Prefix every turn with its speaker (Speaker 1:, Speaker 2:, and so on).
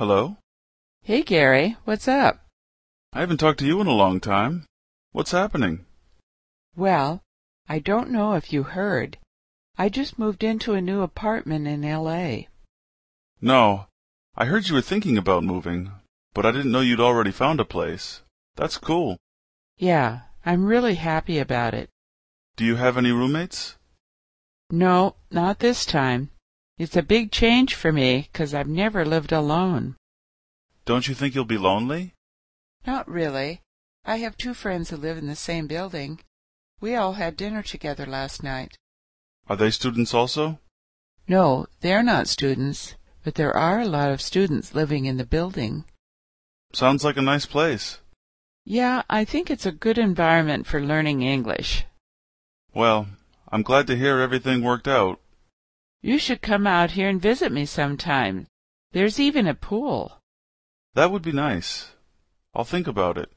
Speaker 1: Hello?
Speaker 2: Hey, Gary, what's up?
Speaker 1: I haven't talked to you in a long time. What's happening?
Speaker 2: Well, I don't know if you heard. I just moved into a new apartment in L.A.
Speaker 1: No. I heard you were thinking about moving, but I didn't know you'd already found a place. That's cool.
Speaker 2: Yeah, I'm really happy about it.
Speaker 1: Do you have any roommates?
Speaker 2: No, not this time. It's a big change for me because I've never lived alone.
Speaker 1: Don't you think you'll be lonely?
Speaker 2: Not really. I have two friends who live in the same building. We all had dinner together last night.
Speaker 1: Are they students also?
Speaker 2: No, they're not students, but there are a lot of students living in the building.
Speaker 1: Sounds like a nice place.
Speaker 2: Yeah, I think it's a good environment for learning English.
Speaker 1: Well, I'm glad to hear everything worked out.
Speaker 2: You should come out here and visit me sometime. There's even a pool.
Speaker 1: That would be nice. I'll think about it.